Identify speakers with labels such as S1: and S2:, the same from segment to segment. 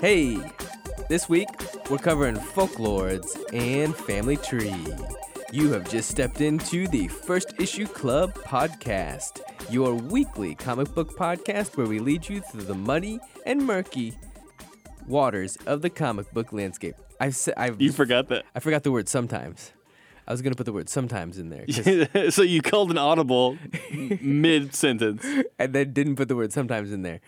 S1: Hey, this week we're covering folklords and family tree. You have just stepped into the First Issue Club podcast, your weekly comic book podcast where we lead you through the muddy and murky waters of the comic book landscape. I've, s- I've
S2: You forgot that.
S1: I forgot the word sometimes. I was gonna put the word sometimes in there, 'cause-
S2: so you called an audible mid sentence.
S1: and then didn't put the word sometimes in there.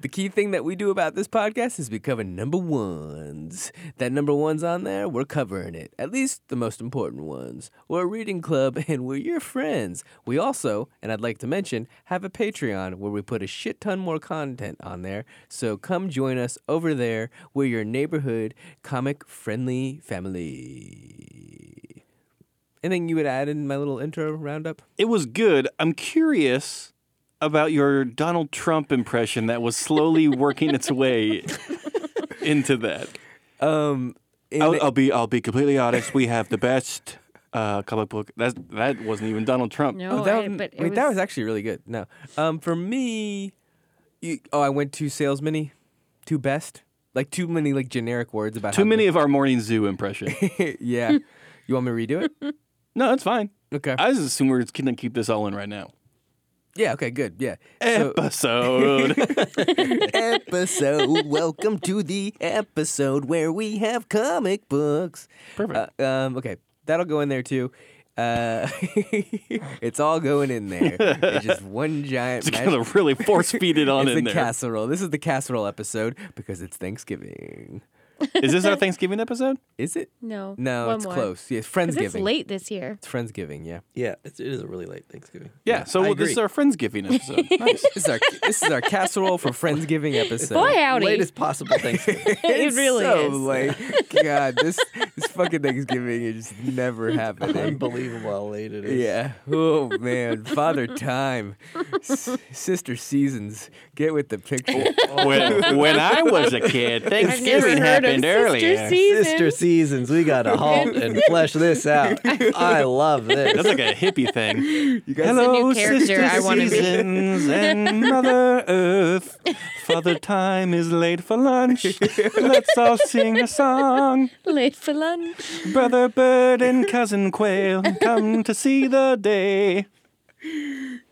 S1: The key thing that we do about this podcast is we cover number ones. That number one's on there, we're covering it. At least the most important ones. We're a reading club, and we're your friends. We also, and I'd like to mention, have a Patreon where we put a shit ton more content on there. So come join us over there. We're your neighborhood comic friendly family. Anything you would add in my little intro roundup?
S2: It was good. I'm curious about your Donald Trump impression that was slowly working its way into that.
S1: Um, in-
S2: I'll, I'll be I'll be completely honest. We have the best uh, comic book. That that wasn't even Donald Trump.
S1: Oh,
S3: No,
S1: that,
S3: I-
S1: one-
S3: but it
S1: wait,
S3: was,
S1: that was actually really good. No, um, for me, you, oh, I went too salesman-y, too best, like too many like generic words about
S2: Too
S1: how
S2: many of our morning zoo impression.
S1: good- yeah, you want me to redo it?
S2: no, that's fine.
S1: Okay.
S2: I just assume we're just gonna keep this all in right now.
S1: yeah. Okay. Good. Yeah. So-
S2: Episode.
S1: episode. Welcome to the episode where we have comic books.
S2: Perfect.
S1: Uh, um, okay, that'll go in there too. Uh, it's all going in there. It's just one giant.
S2: Just
S1: mashed
S2: gonna really force feed it on
S1: it's
S2: in
S1: the
S2: there. Is
S1: casserole. This is the casserole episode because it's Thanksgiving.
S2: this our Thanksgiving episode?
S1: Is it?
S3: no.
S1: No,
S3: one
S1: it's
S3: more.
S1: close. Yeah, it's
S3: 'Cause
S1: Friendsgiving.
S3: It's late this year.
S1: It's Friendsgiving. Yeah.
S4: Yeah, it's, it is a really late Thanksgiving.
S2: Yeah. so
S4: I
S2: well, this is
S4: agree.
S2: our Friendsgiving episode. nice.
S1: This is our this is our casserole for Friendsgiving episode.
S3: Boy, howdy.
S4: latest possible Thanksgiving.
S3: it
S1: It's
S3: really
S1: so
S3: is.
S1: late. God, this this fucking Thanksgiving is just never happening.
S4: Unbelievable how late it is.
S1: Yeah. Oh man, Father Time, S- Sister Seasons, get with the picture.
S2: when, when I was a kid,
S3: I've never
S2: Thanksgiving
S3: heard
S2: happened
S3: of Sister
S2: earlier.
S3: Season.
S4: Sister seasons, we gotta halt and flesh this out. I love
S2: That's
S4: this.
S2: like a hippie thing.
S1: You guys,
S3: a
S2: Hello,
S3: new character
S2: sister
S3: I wanna be.
S2: seasons and Mother Earth. Father Time is late for lunch. Let's all sing a song.
S3: Late for lunch.
S2: Brother Bird and Cousin Quail come to see the day.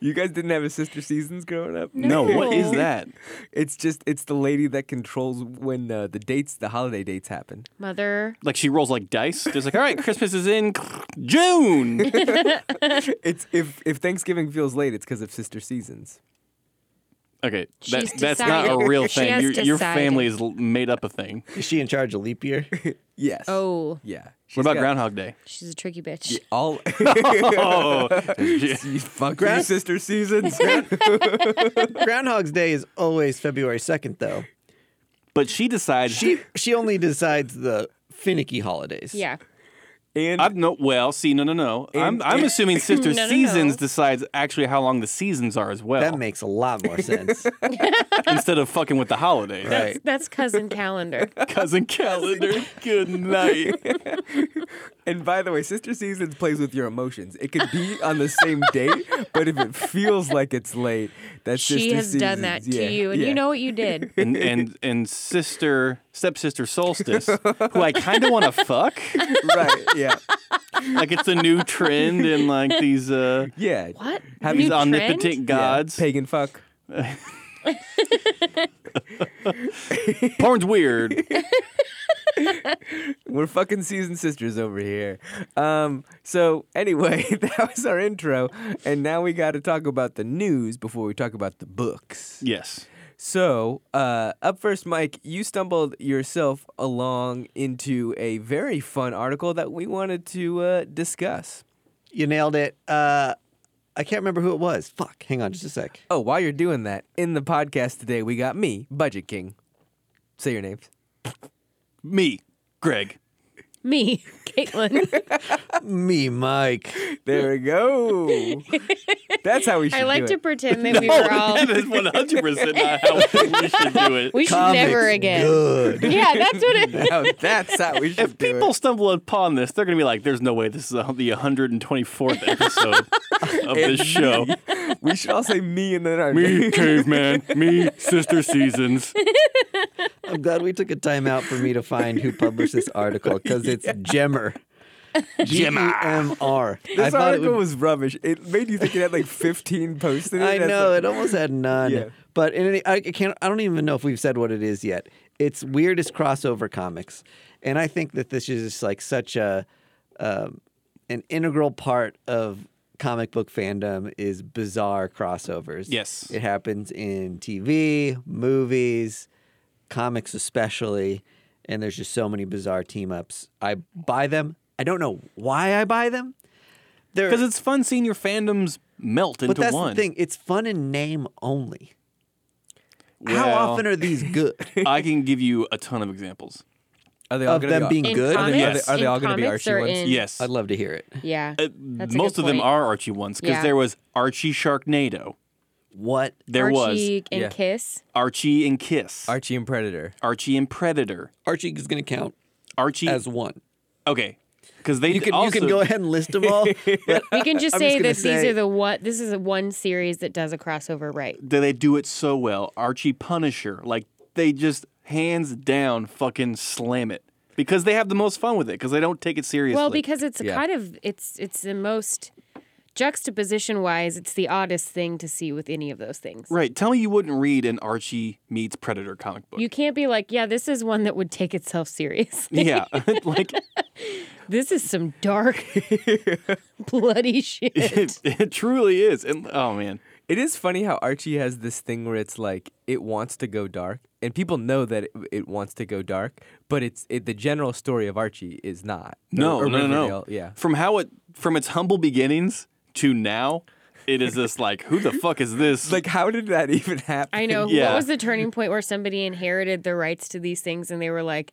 S1: you guys didn't have a Sister Seasons growing up?
S2: No, what is
S3: No.
S2: that?
S1: It's just it's the lady that controls when uh, the dates, the holiday dates happen.
S3: Mother.
S2: Like she rolls like dice. Just like, all right, Christmas is in June.
S1: It's if if Thanksgiving feels late, it's because of Sister Seasons.
S2: Okay, that,
S3: She's
S2: that's not a
S3: decided.
S2: real
S3: She
S2: thing.
S3: has
S2: Your, your
S3: decided.
S2: family is l- made up a thing.
S4: Is she in charge of leap year?
S1: Yes.
S3: Oh,
S1: Yeah. She's
S2: What about
S1: got
S2: Groundhog Day?
S3: she's a tricky bitch.
S1: All
S2: Oh,
S1: you fuck you,
S4: Ground-
S1: Sister Seasons.
S4: Groundhog's Day is always February second, though.
S2: but she decides
S4: She she only decides the finicky holidays.
S3: Yeah.
S1: and
S2: I no well, see, no, no, no. I'm,
S1: And-
S2: I'm assuming Sister
S3: No, no, no.
S2: Seasons decides actually how long the seasons are as well,
S4: that makes a lot more sense.
S2: instead of fucking with the holidays.
S4: right.
S3: That's cousin calendar.
S2: Cousin calendar, good night.
S1: And by the way, Sister Seasons plays with your emotions. It could be on the same date, but if it feels like it's late, that's
S3: she
S1: Sister
S3: has
S1: Seasons.
S3: done that to
S1: Yeah,
S3: you, and
S1: yeah.
S3: you know what you did.
S2: And and and sister stepsister Solstice, who I kind of want to fuck.
S1: right? Yeah,
S2: Like it's a new trend in like these uh
S1: yeah.
S3: What?
S1: Have
S3: New
S2: these
S3: trend?
S2: omnipotent
S1: Yeah.
S2: gods.
S1: pagan fuck.
S2: Porn's weird.
S1: We're fucking season sisters over here. Um, so anyway, that was our intro, and now we got to talk about the news before we talk about the books.
S2: Yes.
S1: So, uh, up first, Mike, you stumbled yourself along into a very fun article that we wanted to uh, discuss.
S4: you nailed it. Uh, I can't remember who it was. Fuck. Hang on, just a sec.
S1: Oh, while you're doing that, in the podcast today, we got me, Budget King. Say your names.
S2: Me, Greg.
S3: Me, Caitlin.
S4: Me, Mike.
S1: There we go. That's how we should
S3: I like
S1: do
S3: to
S1: it.
S3: pretend that we were all.
S2: that is one hundred percent not how we should do it.
S3: We should never
S4: Comics
S3: again.
S4: Good.
S3: Yeah, that's what it is.
S1: Now, that's how we should
S2: If
S1: do
S2: people
S1: it.
S2: stumble upon this, they're going to be like, there's no way this is a, the 124th episode of this show.
S1: We should all say me and then our
S2: Me, caveman. Me, sister seasons.
S4: I'm glad we took a time out for me to find who published this article because it's Gemmer. G-E-M-R. I
S1: This
S4: thought it
S1: article
S4: would-
S1: was rubbish. It made you think it had like 15 posts in it.
S4: I
S1: That's
S4: know
S1: like-
S4: it almost had none.
S1: Yeah.
S4: But in any, I can't. I don't even know if we've said what it is yet. It's weirdest crossover comics, and I think that this is just like such a um, an integral part of comic book fandom is bizarre crossovers.
S2: Yes.
S4: it happens in TV, movies, comics especially, and there's just so many bizarre team ups. I buy them. I don't know why I buy them. They're-
S2: Because it's fun seeing your fandoms melt into
S4: but that's
S2: one.
S4: the thing. It's fun in name only. How
S2: Well,
S4: often are these good?
S2: I can give you a ton of examples.
S1: Are they all
S4: of
S1: gonna
S4: them
S1: be
S4: being
S3: In
S4: good?
S3: comics,
S2: Yes.
S1: Are they- are they
S3: in
S1: all gonna be
S3: comics
S1: Archie
S3: or
S1: ones?
S3: in-
S2: Yes.
S4: I'd love to hear it.
S3: Yeah.
S2: Uh,
S3: that's a
S2: most
S3: good
S2: of them
S3: point.
S2: are Archie ones because
S3: Yeah.
S2: there was Archie Sharknado.
S4: What?
S2: There
S3: Archie
S2: was
S3: and
S1: Yeah.
S3: Kiss.
S2: Archie and Kiss.
S1: Archie and Predator.
S2: Archie and Predator.
S4: Archie is going to count
S2: Archie.
S4: as one.
S2: okay. Because they
S4: You can,
S2: also
S4: you can go ahead and list them all. but
S3: We can just
S4: I'm just
S3: say
S4: gonna
S3: that
S4: say-
S3: these are the what. This is a one series that does a crossover right.
S2: they- they do it so well. Archie Punisher, like they just hands down fucking slam it because they have the most fun with it because they don't take it seriously.
S3: Well, because it's
S1: Yeah.
S3: kind of it's it's the most juxtaposition wise, it's the oddest thing to see with any of those things.
S2: right, tell me you wouldn't read an Archie meets Predator comic book.
S3: You can't be like, yeah, this is one that would take itself seriously.
S2: yeah, like
S3: This is some dark, bloody shit.
S2: it, it truly is. And oh man,
S1: It is funny how Archie has this thing where it's like it wants to go dark, and people know that it, it wants to go dark, but it's it, the general story of Archie is not.
S2: no,
S1: Or- or
S2: no, no, no.
S1: Riverdale, Yeah.
S2: From how it from its humble beginnings to now, it is this like who the fuck is this?
S1: Like, how did that even happen?
S3: I know.
S2: Yeah.
S3: What was the turning point where somebody inherited the rights to these things and they were like,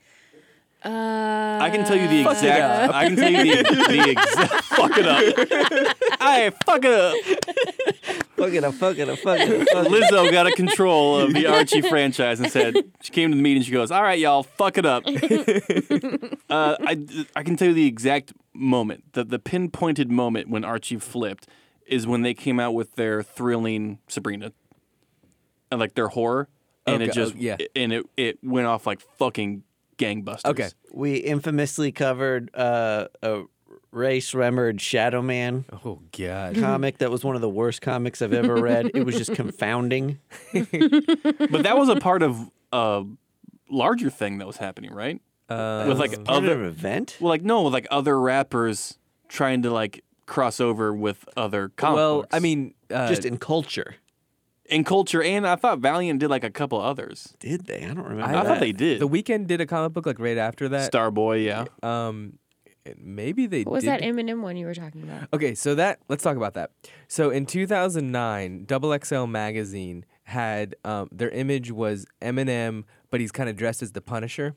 S3: uh,
S2: I
S3: I
S2: can tell you the
S1: Fuck it
S2: exact.
S1: up.
S2: I can tell you the, the exact. Fuck it up. I fuck it up.
S4: fuck it up, fuck it up, fuck it up. fuck it up.
S2: Lizzo got a control of the Archie franchise and said she came to the meeting. She goes, "All right, y'all, fuck it up." uh, I I can tell you the exact moment, the the pinpointed moment when Archie flipped is when they came out with their thrilling Sabrina, and like their horror, and it
S1: Okay,
S2: just
S1: oh, yeah.
S2: and it it went off like fucking gangbusters.
S1: Okay.
S4: We infamously covered uh, a Ray Sremmerd Shadow Man
S1: Oh God.
S4: comic that was one of the worst comics I've ever read. It was just confounding.
S2: but that was a part of a larger thing that was happening, right?
S1: Uh,
S2: With like
S4: Part of
S2: other,
S4: an event?
S2: well, like no, like other rappers trying to like cross over with other comic
S1: well,
S2: books.
S1: I mean, uh,
S4: just in culture.
S2: in culture, and I thought Valiant did like a couple others.
S4: Did they? I don't remember.
S2: I,
S1: I
S2: thought
S1: bet.
S2: they did.
S1: the weekend did a comic book like right after that.
S2: Starboy, yeah.
S1: Um, maybe they.
S3: What was
S1: did
S3: that Eminem one you were talking about?
S1: Okay, so that let's talk about that. So in 2009, Double XL magazine had um, their image was Eminem, but he's kind of dressed as the Punisher,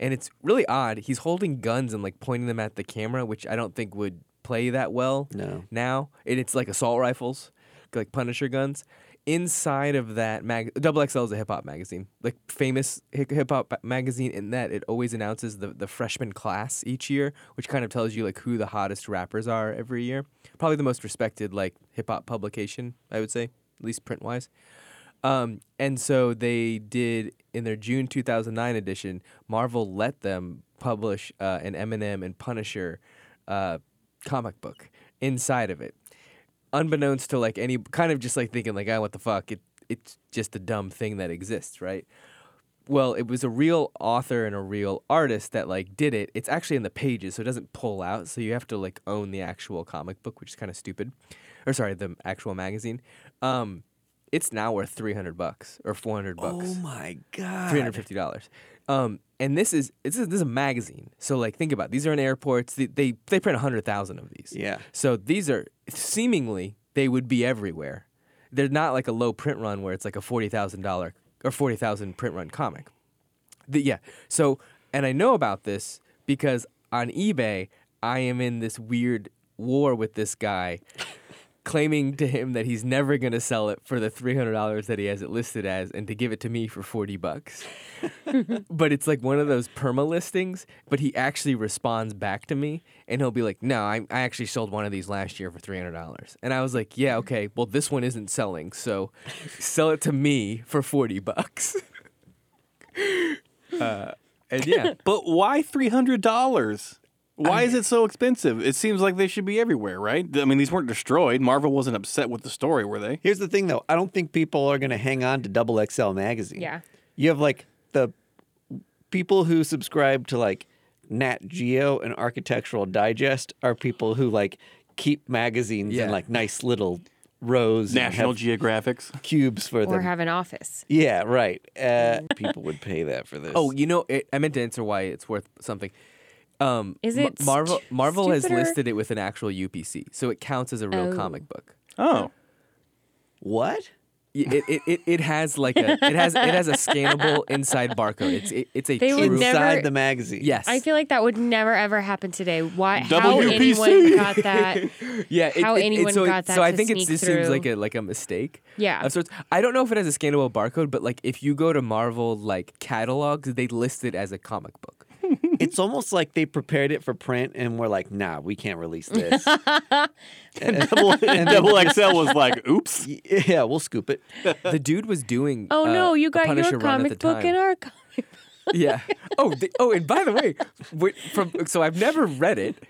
S1: and it's really odd. He's holding guns and like pointing them at the camera, which I don't think would play that well.
S4: No.
S1: Now, and it's like assault rifles, like Punisher guns. Inside of that mag, Double XL is a hip hop magazine, like famous hip hop magazine. In that, it always announces the the freshman class each year, which kind of tells you like who the hottest rappers are every year. Probably the most respected like hip hop publication, I would say, at least print wise. Um, and so they did in their June 2009 edition, Marvel let them publish uh, an Eminem and Punisher uh, comic book inside of it. Unbeknownst to like any kind of just like thinking like, ah, what the fuck? It it's just a dumb thing that exists, right? Well, it was a real author and a real artist that like did it. It's actually in the pages, so it doesn't pull out. So you have to like own the actual comic book, which is kind of stupid, or sorry, the actual magazine. Um, it's now worth three hundred bucks or four hundred bucks
S4: Oh my God.
S1: three hundred fifty dollars. Um, and this is this is this is a magazine. So like, think about it. these are in airports. They they, they print hundred thousand of these.
S4: Yeah.
S1: So these are seemingly they would be everywhere. They're not like a low print run where it's like a forty thousand dollar or forty thousand print run comic. The, yeah. So, and I know about this because on eBay, I am in this weird war with this guy, claiming to him that he's never going to sell it for the three hundred dollars that he has it listed as, and to give it to me for forty bucks. but it's like one of those perma listings. But he actually responds back to me, and he'll be like, "No, I, I actually sold one of these last year for three hundred dollars." And I was like,
S3: Mm.
S1: "Yeah, okay. Well, this one isn't selling, so sell it to me for forty bucks." Uh, And yeah,
S2: But why three hundred dollars? Why is it so expensive? It seems like they should be everywhere, right? I mean, these weren't destroyed. Marvel wasn't upset with the story, were they?
S4: Here's the thing, though. I don't think people are going to hang on to Double XL magazine.
S3: Yeah.
S4: You have like the people who subscribe to like Nat Geo and Architectural Digest are people who like keep magazines
S1: Yeah.
S4: in like nice little rows.
S2: National
S4: and have
S2: Geographics.
S4: cubes for
S3: or
S4: them.
S3: have an office.
S4: yeah, right. Uh, people would pay that for this.
S1: Oh, you know, it, I meant to answer why it's worth something. Um,
S3: Is
S1: Ma-
S3: it stu-
S1: Marvel? Marvel has
S3: stupider?
S1: listed it with an actual UPC, so it counts as a real
S3: Oh.
S1: comic book.
S2: Oh,
S4: what?
S1: Y- It, it, it, it has like a it has it has a scannable inside barcode. It's it, it's a
S3: They would
S1: true
S4: Inside
S3: never-
S4: the magazine.
S1: yes.
S3: I feel like that would never ever happen today. Why? How
S2: WPC.
S3: anyone got that?
S1: yeah, it,
S3: how
S1: it- it-
S3: anyone
S1: so it-
S3: got that
S1: So I
S3: to
S1: think it
S3: sneak
S1: just seems
S3: through.
S1: like a like a mistake.
S3: Yeah.
S1: Of sorts. I don't know if it has a scannable barcode, but like if you go to Marvel like catalogs, they list it as a comic book.
S4: it's almost like they prepared it for print and were like, nah, we can't release this.
S2: double, double XL was like, oops.
S4: yeah, we'll scoop it.
S1: The dude was doing.
S3: Oh
S1: uh,
S3: no, you
S1: a
S3: got
S1: Punisher
S3: your
S1: run at the
S3: comic book
S1: time.
S3: in our. Com-
S1: Yeah. Oh. The, oh, and by the way, wait, from so I've never read it.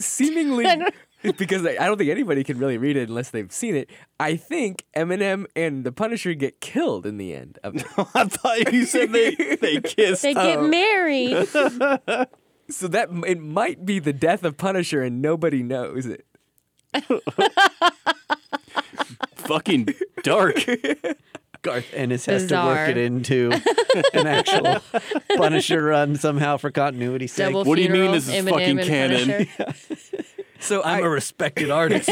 S1: Seemingly, because I, I don't think anybody can really read it unless they've seen it. I think Eminem and the Punisher get killed in the end of it.
S2: I thought you said they they kissed.
S3: they get married.
S1: so that m- it might be the death of Punisher, and nobody knows it.
S2: Fucking dark.
S4: Garth Ennis has to
S3: Bizarre.
S4: work it into an actual Punisher run somehow for continuity's sake.
S3: Double
S2: What do you mean
S3: funerals,
S2: this is
S3: Eminem
S2: fucking
S3: and
S2: canon?
S3: Punisher.
S1: So
S4: I'm
S1: I'm
S4: a
S1: a
S4: respected artist.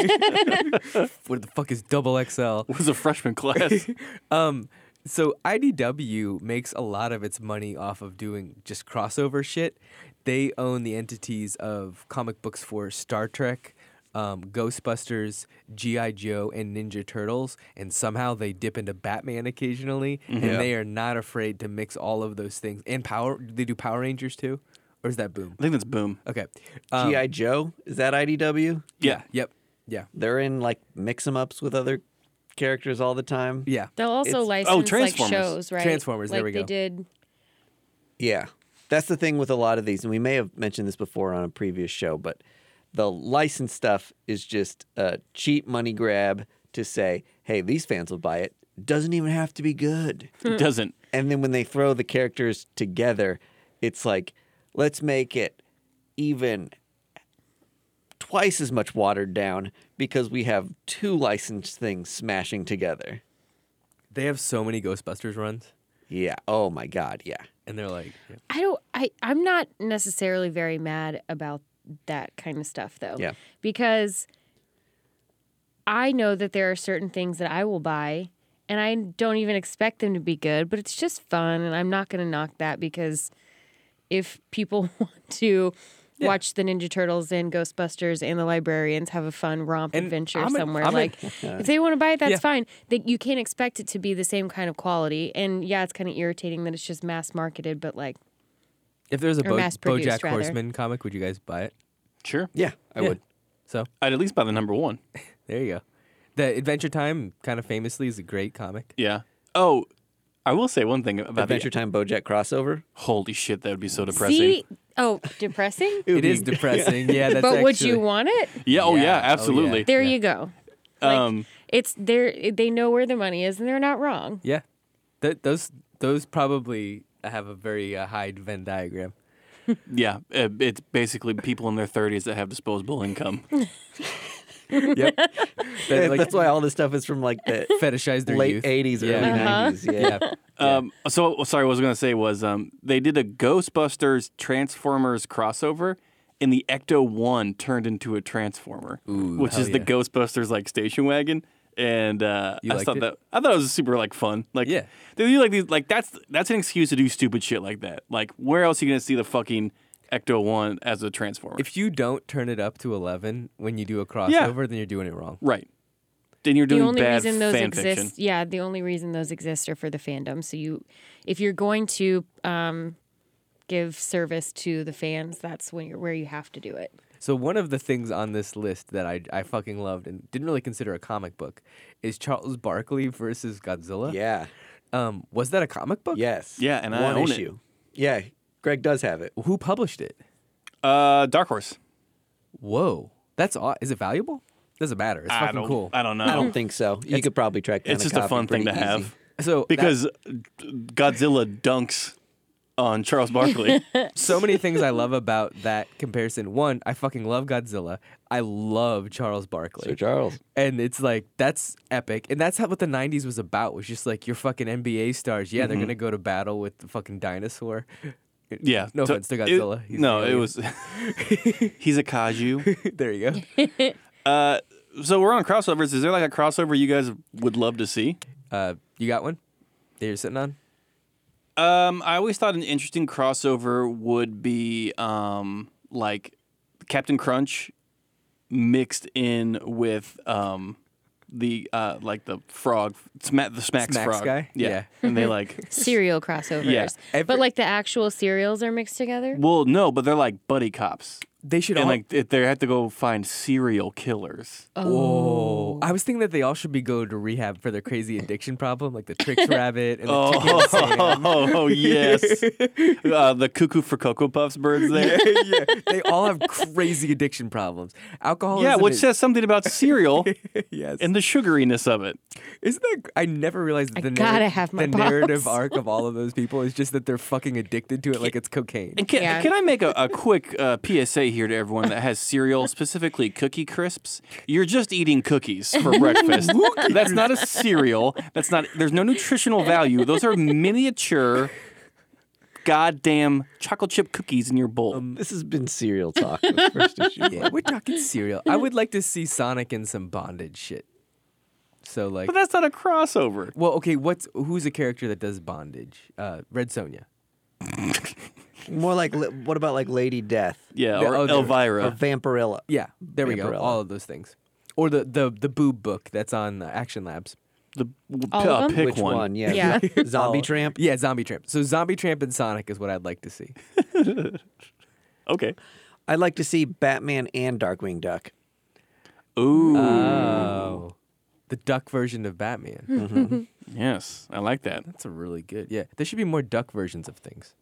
S1: what the fuck is double XL?
S2: It was a freshman class.
S1: Um, so IDW makes a lot of its money off of doing just crossover shit. They own the entities of comic books for Star Trek, um, Ghostbusters, GI Joe, and Ninja Turtles, and somehow they dip into Batman occasionally. And they are not afraid to mix all of those things. And Power, they do Power Rangers too, or is that Boom?
S2: I think that's boom.
S1: Okay, um,
S4: G.I. Joe? Is that IDW?
S2: Yeah.
S1: Yep, yeah,
S4: They're in like mix em ups with other characters all the time.
S1: yeah.
S3: They'll also
S4: It's-
S3: license like
S2: Transformers.
S3: shows, right?
S1: oh, Transformers, there
S3: Like
S1: we
S3: They
S1: go.
S3: did.
S4: Yeah. That's the thing with a lot of these, and we may have mentioned this before on a previous show, but the license stuff is just a cheap money grab to say, hey, these fans will buy it. Doesn't even have to be good.
S2: It doesn't.
S4: And then when they throw the characters together, it's like, let's make it even twice as much watered down because we have two licensed things smashing together.
S1: They have so many Ghostbusters runs,
S4: Yeah. Oh my God. Yeah.
S1: and they're like,
S3: I don't. I I'm not necessarily very mad about that kind of stuff though.
S4: Yeah.
S3: Because I know that there are certain things that I will buy, and I don't even expect them to be good, but it's just fun, and I'm not going to knock that because if people want to. Watch the Ninja Turtles and Ghostbusters and the Librarians have a fun romp
S1: And
S3: adventure
S1: I'm a-
S3: somewhere.
S1: I'm a-
S3: like, if they want to buy it, that's
S1: Yeah.
S3: fine. That you can't expect it to be the same kind of quality. And yeah, it's kind of irritating that it's just mass marketed, but like,
S1: if there's a
S3: Or
S1: Bo-
S3: mass-produced,
S1: BoJack
S3: rather.
S1: Horseman comic, would you guys buy it?
S2: Sure.
S4: Yeah. I
S1: Yeah.
S4: would.
S1: So
S2: I'd at least buy the number one.
S1: There you go. The Adventure Time, kind of famously, is a great comic.
S2: Yeah. Oh, I will say one thing about
S4: Adventure
S2: the
S4: Time Bojack crossover.
S2: Holy shit, that would be so depressing.
S3: see, oh, depressing.
S1: It is depressing. Yeah, that's
S3: but would
S1: actually-
S3: you want it?
S2: Yeah. Oh yeah.
S1: Yeah, oh, yeah.
S2: absolutely.
S3: There you go. Like,
S2: Um,
S3: it's there. They know where the money is, and they're not wrong.
S1: Yeah, Th- those those probably have a very uh, high Venn diagram.
S2: Yeah, uh, it's basically people in their 30s that have disposable income.
S1: Yep, that, like
S4: That's why all this stuff is from like the
S1: fetishize their
S4: late
S1: youth.
S4: 80s,
S1: Yeah.
S4: early
S1: Uh-huh.
S4: 90s. Yeah.
S1: Yeah,
S2: Um, so sorry, what I was going to say was um, they did a Ghostbusters Transformers crossover, and the Ecto One turned into a Transformer, which
S1: hell
S2: is the
S1: yeah.
S2: Ghostbusters like station wagon. And uh,
S1: You
S2: I
S1: liked
S2: just thought
S1: it?
S2: that I thought it was super like fun. Like
S1: Yeah.
S2: they do like these like that's that's an excuse to do stupid shit like that. Like where else are you going to see the fucking Ecto One as a Transformer?
S1: if you don't turn it up to eleven when you do a crossover, then you're doing it wrong.
S2: right. Then you're doing
S3: the only
S2: bad
S3: reason those
S2: fan
S3: exist,
S2: fiction.
S3: yeah, the only reason those exist are for the fandom. So you, if you're going to um, give service to the fans, that's when you're where you have to do it.
S1: So one of the things on this list that I I fucking loved and didn't really consider a comic book is Charles Barkley versus Godzilla.
S4: Yeah.
S1: Um, was that a comic book?
S4: Yes.
S2: Yeah, and I
S4: one
S2: own it.
S4: issue. Yeah, Greg does have it.
S1: Who published it?
S2: Uh, Dark Horse.
S1: Whoa, that's aw- is it valuable? Doesn't matter. It's
S2: I
S1: fucking
S2: don't.
S1: cool.
S2: I don't know.
S4: I don't think so. You could probably track down.
S2: it's just
S4: copy
S2: a fun thing to
S4: pretty
S2: have
S4: easy.
S1: So that-
S2: because Godzilla dunks on Charles Barkley.
S1: so many things I love about that comparison. One, I fucking love Godzilla. I love Charles Barkley.
S4: Sir Charles.
S1: and it's like that's epic and that's how, what the 90s was about was just like your fucking nba stars yeah they're gonna go to battle with the fucking dinosaur
S2: Mm-hmm. yeah,
S1: No
S2: So
S1: offense to
S2: it-
S1: Godzilla, he's
S2: no,
S1: an
S2: it
S1: alien.
S2: was. he's a kaiju.
S1: there you go
S2: Uh, so we're on crossovers. Is there like a crossover you guys would love to see?
S1: uh, you got one that you're sitting on
S2: Um, I always thought an interesting crossover would be um, like Captain Crunch mixed in with um, the uh, like the frog, sma- the Smacks,
S1: Smacks
S2: frog
S1: guy?
S2: Yeah.
S1: Yeah.
S2: and they like.
S3: Cereal crossovers.
S2: Yeah.
S1: Every-
S3: but like the actual cereals are mixed together.
S2: Well, no, but they're like buddy cops,
S1: they should
S2: and
S1: all
S2: like it- they have to go find serial killers.
S1: oh i was thinking that they all should be going to rehab for their crazy addiction problem like the tricks rabbit and the
S2: Oh,
S1: chicken Sam.
S2: yes, uh, the cuckoo for cocoa puffs birds there.
S1: yeah, they all have crazy addiction problems alcoholism
S2: yeah, which
S1: is-
S2: says something about cereal
S1: yes
S2: and the sugariness of it.
S1: Isn't that? I never realized that
S3: I
S1: the,
S3: gotta have my
S1: the
S3: pops.
S1: narrative arc of all of those people is just that they're fucking addicted to it like it's cocaine.
S2: And can,
S3: Yeah.
S2: can I make a, a quick uh, PSA here to everyone that has cereal, specifically cookie crisps? You're just eating cookies for breakfast. That's not a cereal. That's not. There's no nutritional value. Those are miniature, goddamn chocolate chip cookies in your bowl.
S4: This has been serial talk. with First issue.
S1: Yeah, we're talking cereal. I would like to see Sonic in some bondage shit. So like,
S2: but that's not a crossover.
S1: well, okay, what's who's a character that does bondage? Uh, Red Sonja.
S4: More like li- what about like Lady Death
S2: Yeah,
S1: The
S2: or
S1: other-
S4: or
S2: Elvira.
S4: Vampirella?
S1: Yeah, there we go.
S4: Vampirella.
S1: All of those things, or the the the boob book that's on uh, Action Labs.
S2: the w-
S3: All
S2: p-
S3: of
S2: uh,
S3: them?
S2: pick
S4: Which one? Yeah.
S3: Yeah.
S4: Zombie
S1: Oh,
S4: Tramp.
S1: Yeah, Zombie Tramp. So Zombie Tramp and Sonic is what I'd like to see.
S2: Okay.
S4: I'd like to see Batman and Darkwing Duck.
S2: Ooh.
S1: Oh, the duck version of Batman.
S2: yes, I like that.
S1: That's a really good. Yeah, there should be more duck versions of things.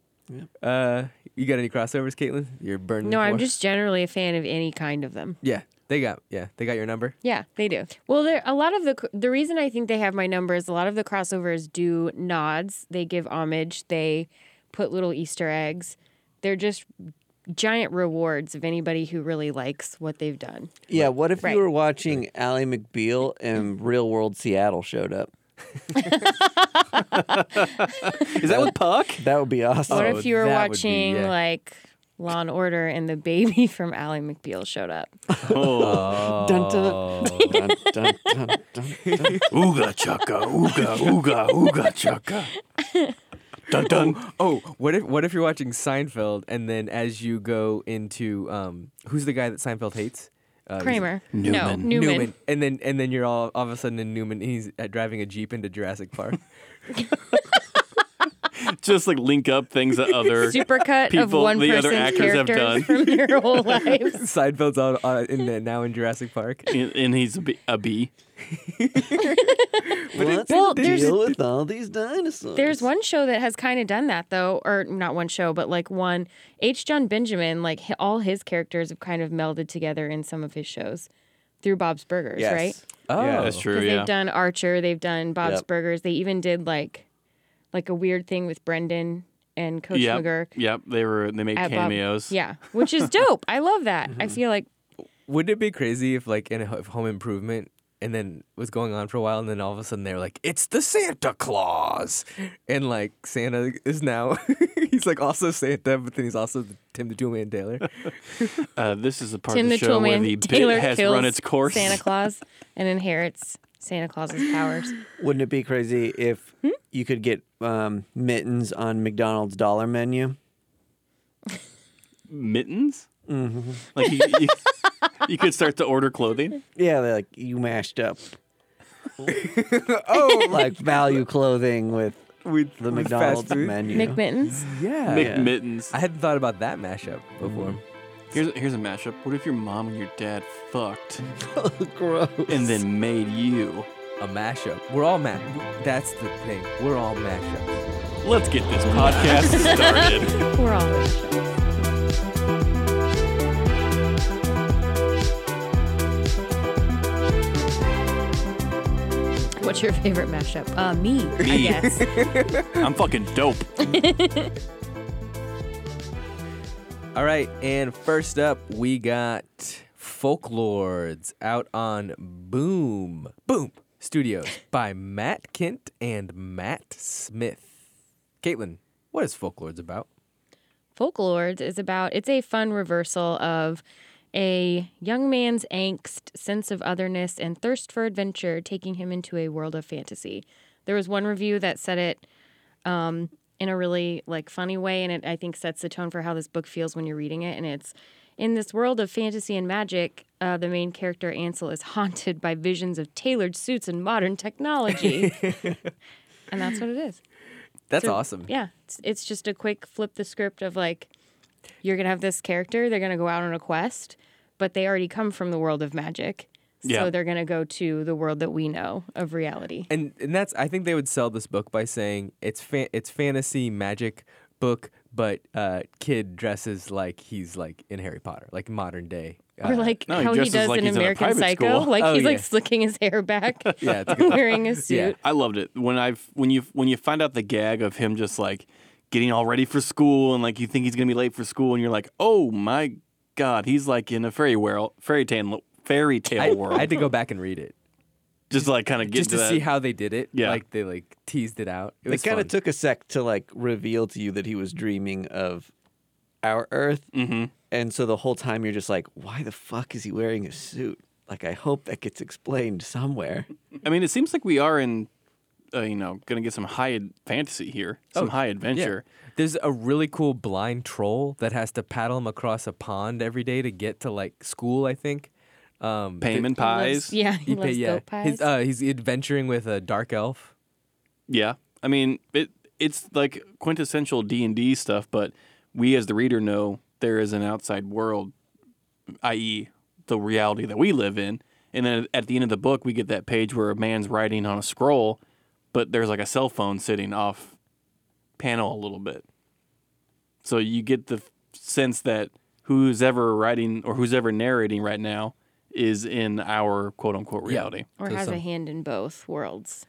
S1: Uh, you got any crossovers, Caitlin? You're burning.
S3: No, I'm
S1: for-
S3: just generally a fan of any kind of them.
S1: Yeah, they got. Yeah, they got your number.
S3: Yeah, they do. Well, there a lot of the the reason I think they have my number is a lot of the crossovers do nods. They give homage. They put little Easter eggs. They're just giant rewards of anybody who really likes what they've done.
S4: Yeah. What if
S3: Right.
S4: you were watching Ally McBeal and Real World Seattle showed up?
S2: Is that with Puck?
S4: That would be awesome.
S3: What
S1: Oh,
S3: if you were
S1: that would be-
S3: watching
S1: yeah.
S3: like Law and Order and the baby from Ally McBeal showed up?
S2: Oh.
S4: Dun, dun, dun, dun, dun, dun, dun.
S2: Ooga chaka, ooga, ooga, ooga chaka. Dun dun.
S1: Oh, what if what if you're watching Seinfeld and then as you go into um, who's the guy that Seinfeld hates? Uh, he's-
S3: Kramer. No,
S2: Newman.
S3: Newman.
S1: And then and then you're all all of a sudden in Newman. And he's uh, driving a jeep into Jurassic Park.
S2: Just like link up things that other.
S3: Supercut of
S2: People-
S3: one
S2: the other
S3: person's
S2: actors have
S3: characters
S2: done.
S3: from their whole lives.
S1: Seinfeld's all, all in the, now in Jurassic Park.
S2: And and he's a bee. A bee.
S4: What's
S3: Well,
S4: the
S3: there's-
S4: deal with all these dinosaurs?
S3: There's one show that has kind of done that though, or not one show, but like one H. John Benjamin. Like hi- all his characters have kind of melded together in some of his shows through Bob's Burgers,
S4: Yes.
S3: right?
S1: Oh,
S4: Yeah,
S2: That's true.
S3: Because
S2: Yeah.
S3: they've done Archer, they've done Bob's
S4: Yep.
S3: Burgers. They even did like like a weird thing with Brendan and Coach
S2: yep.
S3: McGurk
S2: Yep. They were. They made
S3: at Bob-
S2: cameos. Mm-hmm.
S3: Yeah, which is dope. I love that. I feel like
S1: Wouldn't it be crazy if like in a ho- if Home Improvement and then it was going on for a while and then all of a sudden they're like, it's the Santa Claus, and like Santa is now he's like also Santa, but then he's also the, Tim the Toolman Taylor.
S2: Uh, this is the part
S3: Tim
S2: of
S3: the
S2: the, show where
S3: Toolman
S2: the
S3: Taylor
S2: bit has
S3: kills
S2: run its course.
S3: Santa Claus and inherits Santa Claus's powers.
S4: Wouldn't it be crazy if
S3: Hmm?
S4: you could get um, mittens on McDonald's dollar menu?
S2: Mittens. Mm-hmm. Like you, you, you could start to order clothing.
S4: Yeah, they're like you mashed up. oh, like value clothing with
S1: With
S4: the
S1: with fast
S4: McDonald's
S1: food.
S4: menu.
S3: McMittens.
S1: Yeah.
S2: Mick mittens.
S1: I hadn't thought about that mashup before.
S2: Here's here's a mashup. What if your mom and your dad fucked
S4: Gross.
S2: and then made you?
S1: a mashup. We're all ma That's the thing. We're all mashups.
S2: Let's get this podcast started.
S3: We're all mashups. What's your favorite mashup? Uh, me, I
S2: Me.
S3: guess.
S2: I'm fucking dope.
S1: All right, and first up we got Folklords out on Boom Boom Studios by Matt Kent and Matt Smith. Caitlin, what is Folklords about?
S3: Folklords is about it's a fun reversal of a young man's angst, sense of otherness, and thirst for adventure, taking him into a world of fantasy. There was one review that said it um, in a really like funny way, and it I think sets the tone for how this book feels when you're reading it. And it's in this world of fantasy and magic, uh, the main character Ansel is haunted by visions of tailored suits and modern technology, and that's what it is.
S1: That's
S3: So,
S1: awesome.
S3: Yeah, it's, it's just a quick flip the script of like, you're gonna have this character. They're gonna go out on a quest, but they already come from the world of magic, so
S2: Yeah.
S3: they're gonna go to the world that we know of reality.
S1: And and that's I think they would sell this book by saying it's fa- it's fantasy magic book, but uh, kid dresses like he's like in Harry Potter, like modern day. Uh,
S3: or like
S2: no, he
S3: how he
S2: dresses
S3: does
S2: like
S3: in
S2: he's in a
S3: American
S2: private
S3: Psycho,
S2: school.
S3: like
S1: Oh,
S3: he's like
S1: yeah.
S3: slicking his hair back,
S1: Yeah, it's a good-
S3: wearing a suit.
S1: Yeah.
S2: I loved it when I've when you when you find out the gag of him just like getting all ready for school and like you think he's gonna be late for school and you're like, oh my god, he's like in a fairy world, fairy tale, fairy tale
S1: I,
S2: world.
S1: I had to go back and read it
S2: just to, like kind of get
S1: just to
S2: that.
S1: see how they did it.
S2: Yeah.
S1: like they like teased it out. It
S4: It
S1: was
S4: kind
S1: fun.
S4: of took a sec to like reveal to you that he was dreaming of our Earth, mm-hmm. and so the whole time you're just like, why the fuck is he wearing a suit? Like, I hope that gets explained somewhere.
S2: I mean, it seems like we are in, uh, you know, gonna get some high ad- fantasy here, some high adventure.
S1: Oh, Yeah. There's a really cool blind troll that has to paddle him across a pond every day to get to like school, I think. Um,
S2: Payment
S3: He loves-
S2: pies.
S3: yeah, he
S1: he pay-
S3: loves goat pies.
S1: His, uh, he's adventuring with a dark elf.
S2: Yeah, I mean it. It's like quintessential D and D stuff, but we as the reader know there is an outside world, i.e., the reality that we live in. And then at the end of the book, we get that page where a man's writing on a scroll, but there's like a cell phone sitting off panel a little bit. So you get the f- sense that who's ever writing or who's ever narrating right now is in our quote unquote reality.
S3: or
S1: So
S3: has a
S1: some-
S3: hand in both worlds.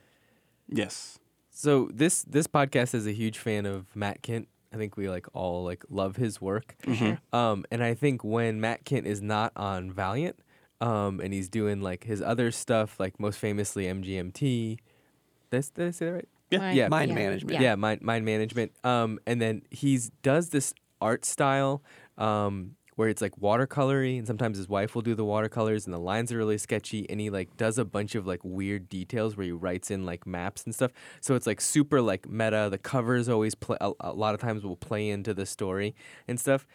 S2: Yes.
S1: So this this podcast is a huge fan of Matt Kent. I think we like all like love his work. Um, and I think when Matt Kent is not on Valiant, um, and he's doing like his other stuff, like most famously MGMT. Did I, s- did I say that right?
S2: Yeah.
S1: Yeah.
S4: Mind management.
S1: yeah, mind mind management. Um, and then he's does this art style, um, where it's like watercolory, and sometimes his wife will do the watercolors, and the lines are really sketchy. And he like does a bunch of like weird details where he writes in like maps and stuff. So it's like super like meta. The covers always play a, a lot of times will play into the story and stuff.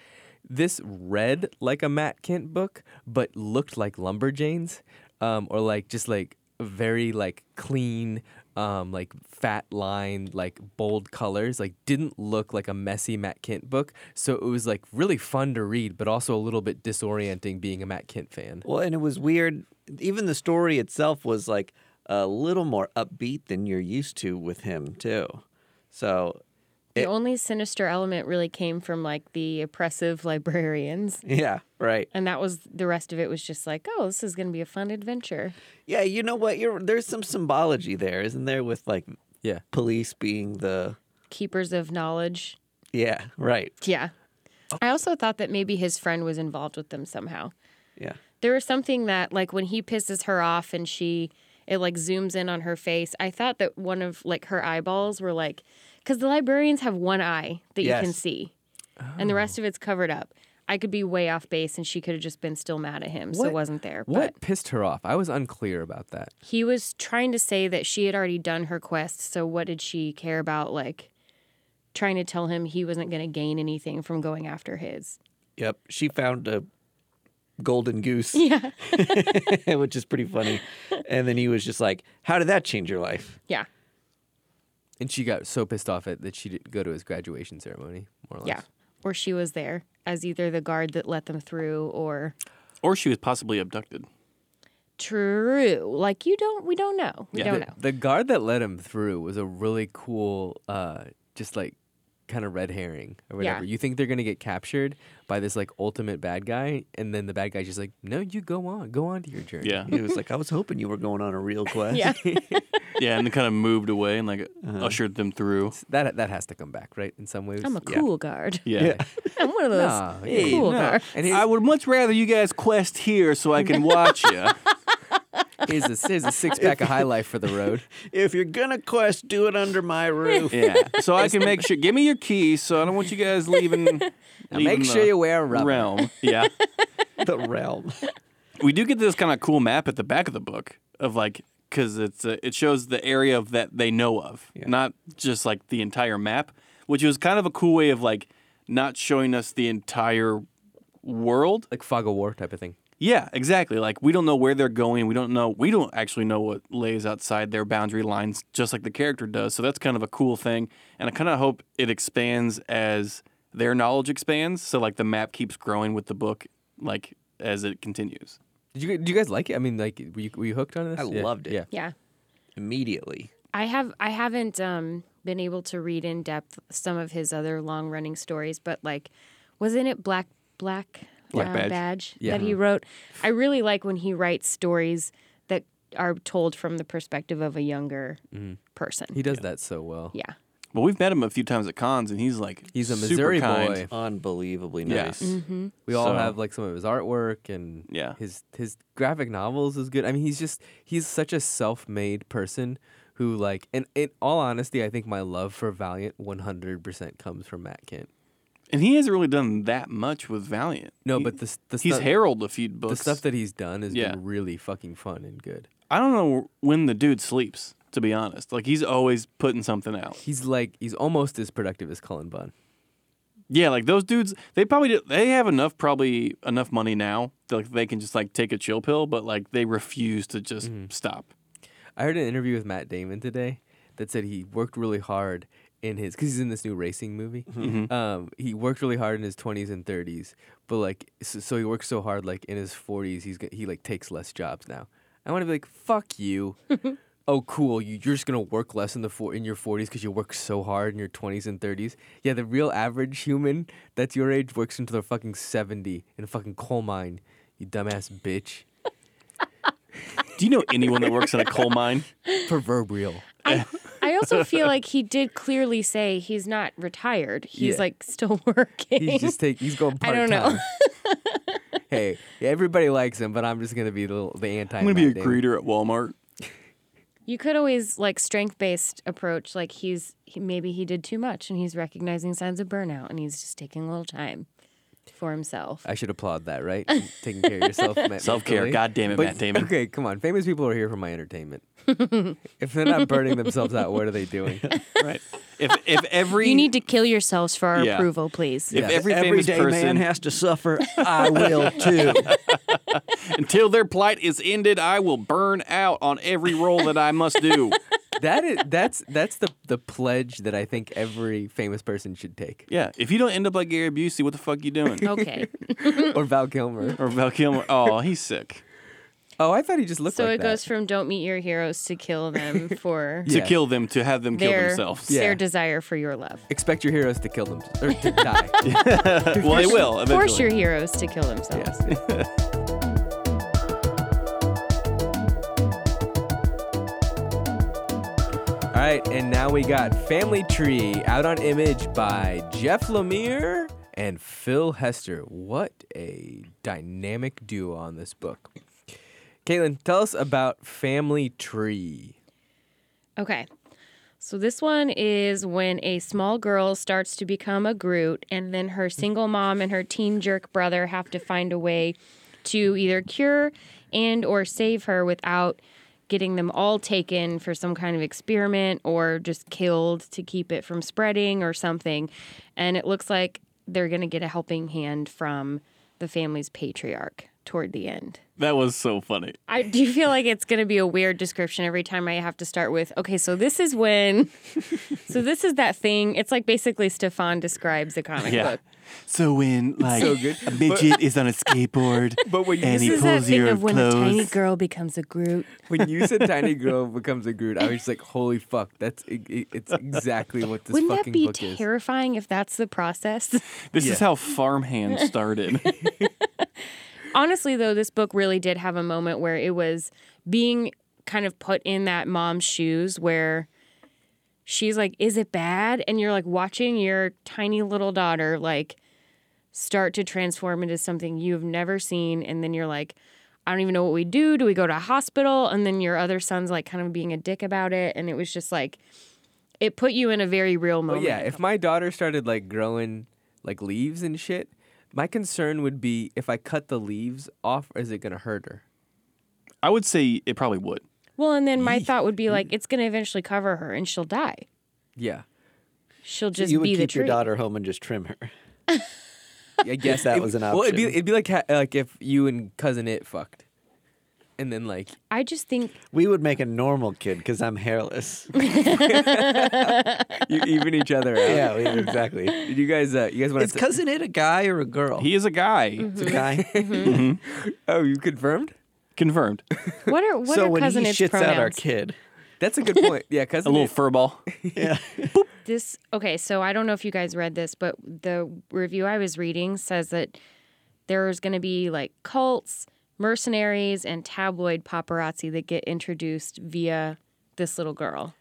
S1: This read like a Matt Kent book, but looked like Lumberjanes, um, or like just like very like clean um like fat lined like bold colors like didn't look like a messy matt kent book so it was like really fun to read but also a little bit disorienting being a matt kent fan
S4: Well, and it was weird. Even the story itself was like a little more upbeat than you're used to with him too. So,
S3: The
S4: It-
S3: only sinister element really came from like the oppressive librarians,
S4: yeah, right.
S3: and that was the rest of it was just like, oh, this is gonna be a fun adventure.
S4: Yeah, you know what? You're there's some symbology there, isn't there? With like
S1: yeah
S4: police being the
S3: keepers of knowledge.
S4: yeah, right,
S3: Yeah. I also thought that maybe his friend was involved with them somehow.
S4: yeah.
S3: There was something that like when he pisses her off and she it like zooms in on her face. I thought that one of like her eyeballs were like cuz the librarians have one eye that you can
S4: Yes.
S3: see. And the
S1: Oh.
S3: rest of it's covered up. I could be way off base and she could have just been still mad at him, so
S1: What-
S3: it wasn't there.
S1: what pissed her off i was unclear about that
S3: But he was trying to say that she had already done her quest, so what did she care about like trying to tell him he wasn't going to gain anything from going after his?
S4: Yep. She found a golden goose,
S3: Yeah.
S4: which is pretty funny. And then he was just like, "How did that change your life?"
S3: Yeah.
S1: and she got so pissed off at that she didn't go to his graduation ceremony more or less
S3: Yeah. Or she was there as either the guard that let them through or
S2: Or she was possibly abducted.
S3: true. Like you don't. We don't know. We
S2: Yeah.
S3: don't
S2: The-
S3: know.
S1: The guard that let him through was a really cool, uh, just like kind of red herring or
S3: Yeah.
S1: whatever. You think they're gonna get captured by this like ultimate bad guy, and then the bad guy's just like, "No, you go on, go on to your journey."
S2: Yeah.
S4: He was like, I was hoping you were going on a real quest.
S3: Yeah.
S2: Yeah, and then kind of moved away and like ushered them through.
S1: that that has to come back, right? In some ways,
S3: I'm a
S1: Yeah.
S3: cool guard.
S2: Yeah.
S3: I'm one of those
S1: Nah, hey,
S3: cool
S1: nah.
S3: guards.
S1: And here's,
S2: I would much rather you guys quest here so I can watch you.
S1: here's a, here's a six pack of High Life for the road.
S4: If you're gonna quest, do it under my roof.
S2: Yeah. So I can make sure. Give me your keys so I don't want you guys leaving.
S1: Now
S2: leaving
S1: make sure
S2: the
S1: you wear rubber.
S2: realm. Yeah.
S4: the realm.
S2: we do get this kind of cool map at the back of the book of like because it's uh, it shows the area of that they know of, not just like the entire map, which was kind of a cool way of like not showing us the entire world.
S1: like fog of war type of thing.
S2: Yeah, exactly. Like we don't know where they're going. We don't know. We don't actually know what lays outside their boundary lines, just like the character does. So that's kind of a cool thing, and I kind of hope it expands as their knowledge expands. So like the map keeps growing with the book, like as it continues.
S1: Did you do you guys like it? I mean, like were you, were you hooked on this?
S4: I loved it.
S1: Yeah.
S3: Yeah.
S4: Immediately.
S3: I have I haven't um, been able to read in depth some of his other long running stories, but like, wasn't it Black Black uh,
S2: Black Badge.
S1: Yeah.
S3: that he wrote? I really like when he writes stories that are told from the perspective of a younger
S1: Mm.
S3: person.
S1: He does that so well.
S3: yeah,
S2: Well, we've met him a few times at cons, and he's like
S1: He's a
S2: super
S1: Missouri
S2: kind.
S1: boy.
S4: Unbelievably
S2: Yeah.
S4: nice.
S1: We all
S2: So-
S1: have like some of his artwork and
S2: Yeah.
S1: his his graphic novels is good. I mean, he's just he's such a self-made person who like and in all honesty, I think my love for Valiant 100% comes from Matt Kent.
S2: and he hasn't really done that much with Valiant.
S1: No,
S2: He-
S1: but the s- the
S2: he's
S1: stuff
S2: heralded a few
S1: the
S2: books.
S1: stuff that he's done has
S2: Yeah.
S1: been really fucking fun and good.
S2: I don't know when the dude sleeps. To be honest, like he's always putting something out.
S1: He's like he's almost as productive as Cullen Bunn.
S2: Yeah, like those dudes, they probably do, they have enough probably enough money now that like, they can just like take a chill pill, but like they refuse to just
S1: Mm-hmm.
S2: stop.
S1: I heard an interview with Matt Damon today that said he worked really hard in his because he's in this new racing movie. Um, he worked really hard in his twenties and thirties, but like so, so he works so hard like in his forties he's go- he like takes less jobs now. I want to be like fuck you. oh cool, you, you're just gonna work less in the four, in your forties because you work so hard in your twenties and thirties. Yeah, the real average human that's your age works until they're fucking seventy in a fucking coal mine. You dumbass bitch.
S2: Do you know anyone that works in a coal mine?
S1: Proverbial.
S3: I I also feel like he did clearly say he's not retired. He's
S1: Yeah.
S3: like still working.
S1: He's just take. He's going
S3: I
S1: part
S3: don't know.
S1: time. hey, everybody likes him, but I'm just gonna be the little- the anti.
S2: I'm gonna be a greeter at Walmart.
S3: You could always like strength based approach, like he's he, maybe he did too much and he's recognizing signs of burnout and he's just taking a little time for himself.
S1: I should applaud that, right? Taking care of yourself. me-
S2: Self care,
S1: mentally.
S2: god damn it,
S1: But-
S2: Matt Damon.
S1: Okay, come on. Famous people are here for my entertainment. if they're not burning themselves out, what are they doing?
S2: Right. If if every
S3: you need to kill yourselves for our
S2: Yeah.
S3: approval, please.
S2: if
S1: Yeah.
S2: every famous
S4: Everyday man
S2: person
S4: has to suffer. I will too.
S2: until their plight is ended, I will burn out on every role that I must do.
S1: That is that's that's the the pledge that I think every famous person should take,
S2: Yeah, if you don't end up like Gary Busey, what the fuck you doing?
S3: Okay.
S1: or Val Kilmer.
S2: or Val Kilmer? Oh, he's sick.
S1: Oh, I thought he just looked
S3: so
S1: like
S3: it
S1: that.
S3: goes from don't meet your heroes to kill them for
S1: Yeah.
S2: To kill them, to have them kill
S3: their,
S2: themselves.
S1: Yeah.
S3: their desire for your love.
S1: Expect your heroes to kill them or to die.
S2: Well, they will eventually.
S3: Force your heroes to kill themselves.
S1: All right, and now we got Family Tree out on image by Jeff Lemire and Phil Hester. What a dynamic duo on this book. Caitlin, tell us about Family Tree.
S3: Okay. So this one is when a small girl starts to become a Groot, and then her single mom and her teen jerk brother have to find a way to either cure and or save her without getting them all taken for some kind of experiment or just killed to keep it from spreading or something. And it looks like they're going to get a helping hand from the family's patriarch. toward the end.
S2: That was so funny.
S3: I do you feel like it's going to be a weird description every time I have to start with, okay, so this is when, so this is that thing. It's like basically Stefan describes a comic
S2: Yeah.
S3: book.
S2: So when like a midget is on a skateboard
S1: But when you
S2: and
S1: This
S2: he
S3: This is that
S2: pulls
S3: thing
S2: your
S3: of when a tiny
S2: clothes,
S3: girl becomes a Groot.
S1: When you said Tiny Girl becomes a Groot, I was just like, holy fuck, that's i- i- it's exactly what this
S3: Wouldn't that
S1: fucking
S3: be
S1: book is.
S3: terrifying if that's the process?
S2: this is
S1: Yeah.
S2: how farmhand started.
S3: Honestly, though, this book really did have a moment where it was being kind of put in that mom's shoes where she's like, Is it bad? And you're like watching your tiny little daughter like start to transform into something you've never seen. And then you're like, I don't even know what we do. Do we go to a hospital? And then your other son's like kind of being a dick about it. And it was just like, it put you in a very real
S1: But
S3: moment.
S1: yeah, if my daughter started like growing like leaves and shit, my concern would be if I cut the leaves off, is it gonna hurt her?
S2: I would say it probably would.
S3: Well, and then my thought would be
S4: Mm.
S3: like, it's going to eventually cover her and she'll die.
S1: Yeah,
S3: She'll just
S4: you would
S3: be
S4: keep
S3: the tree.
S4: your daughter home and just trim her.
S1: I guess
S4: that
S1: it-
S4: was an
S1: Well, it'd be
S4: option.
S1: it'd be like ha- like if you and cousin it fucked, and then like
S3: I just think
S4: We would make a normal kid because I'm hairless.
S1: you even each other out.
S4: yeah, we- exactly.
S1: Did you guys uh, you guys want
S4: Is
S1: to?
S4: cousin it a guy or a girl?
S2: He is a guy.
S4: it's a guy.
S1: oh, you confirmed?
S2: Confirmed.
S3: What are what
S4: so
S3: are
S4: when
S3: cousin
S4: he
S3: it's
S4: shits
S3: pronouns?
S4: out our kid,
S1: That's a good point. Yeah, cousin
S2: A little
S1: it-
S2: furball.
S4: yeah,
S3: This okay, so I don't know if you guys read this, but the review I was reading says that there's going to be like cults, mercenaries, and tabloid paparazzi that get introduced via this little girl.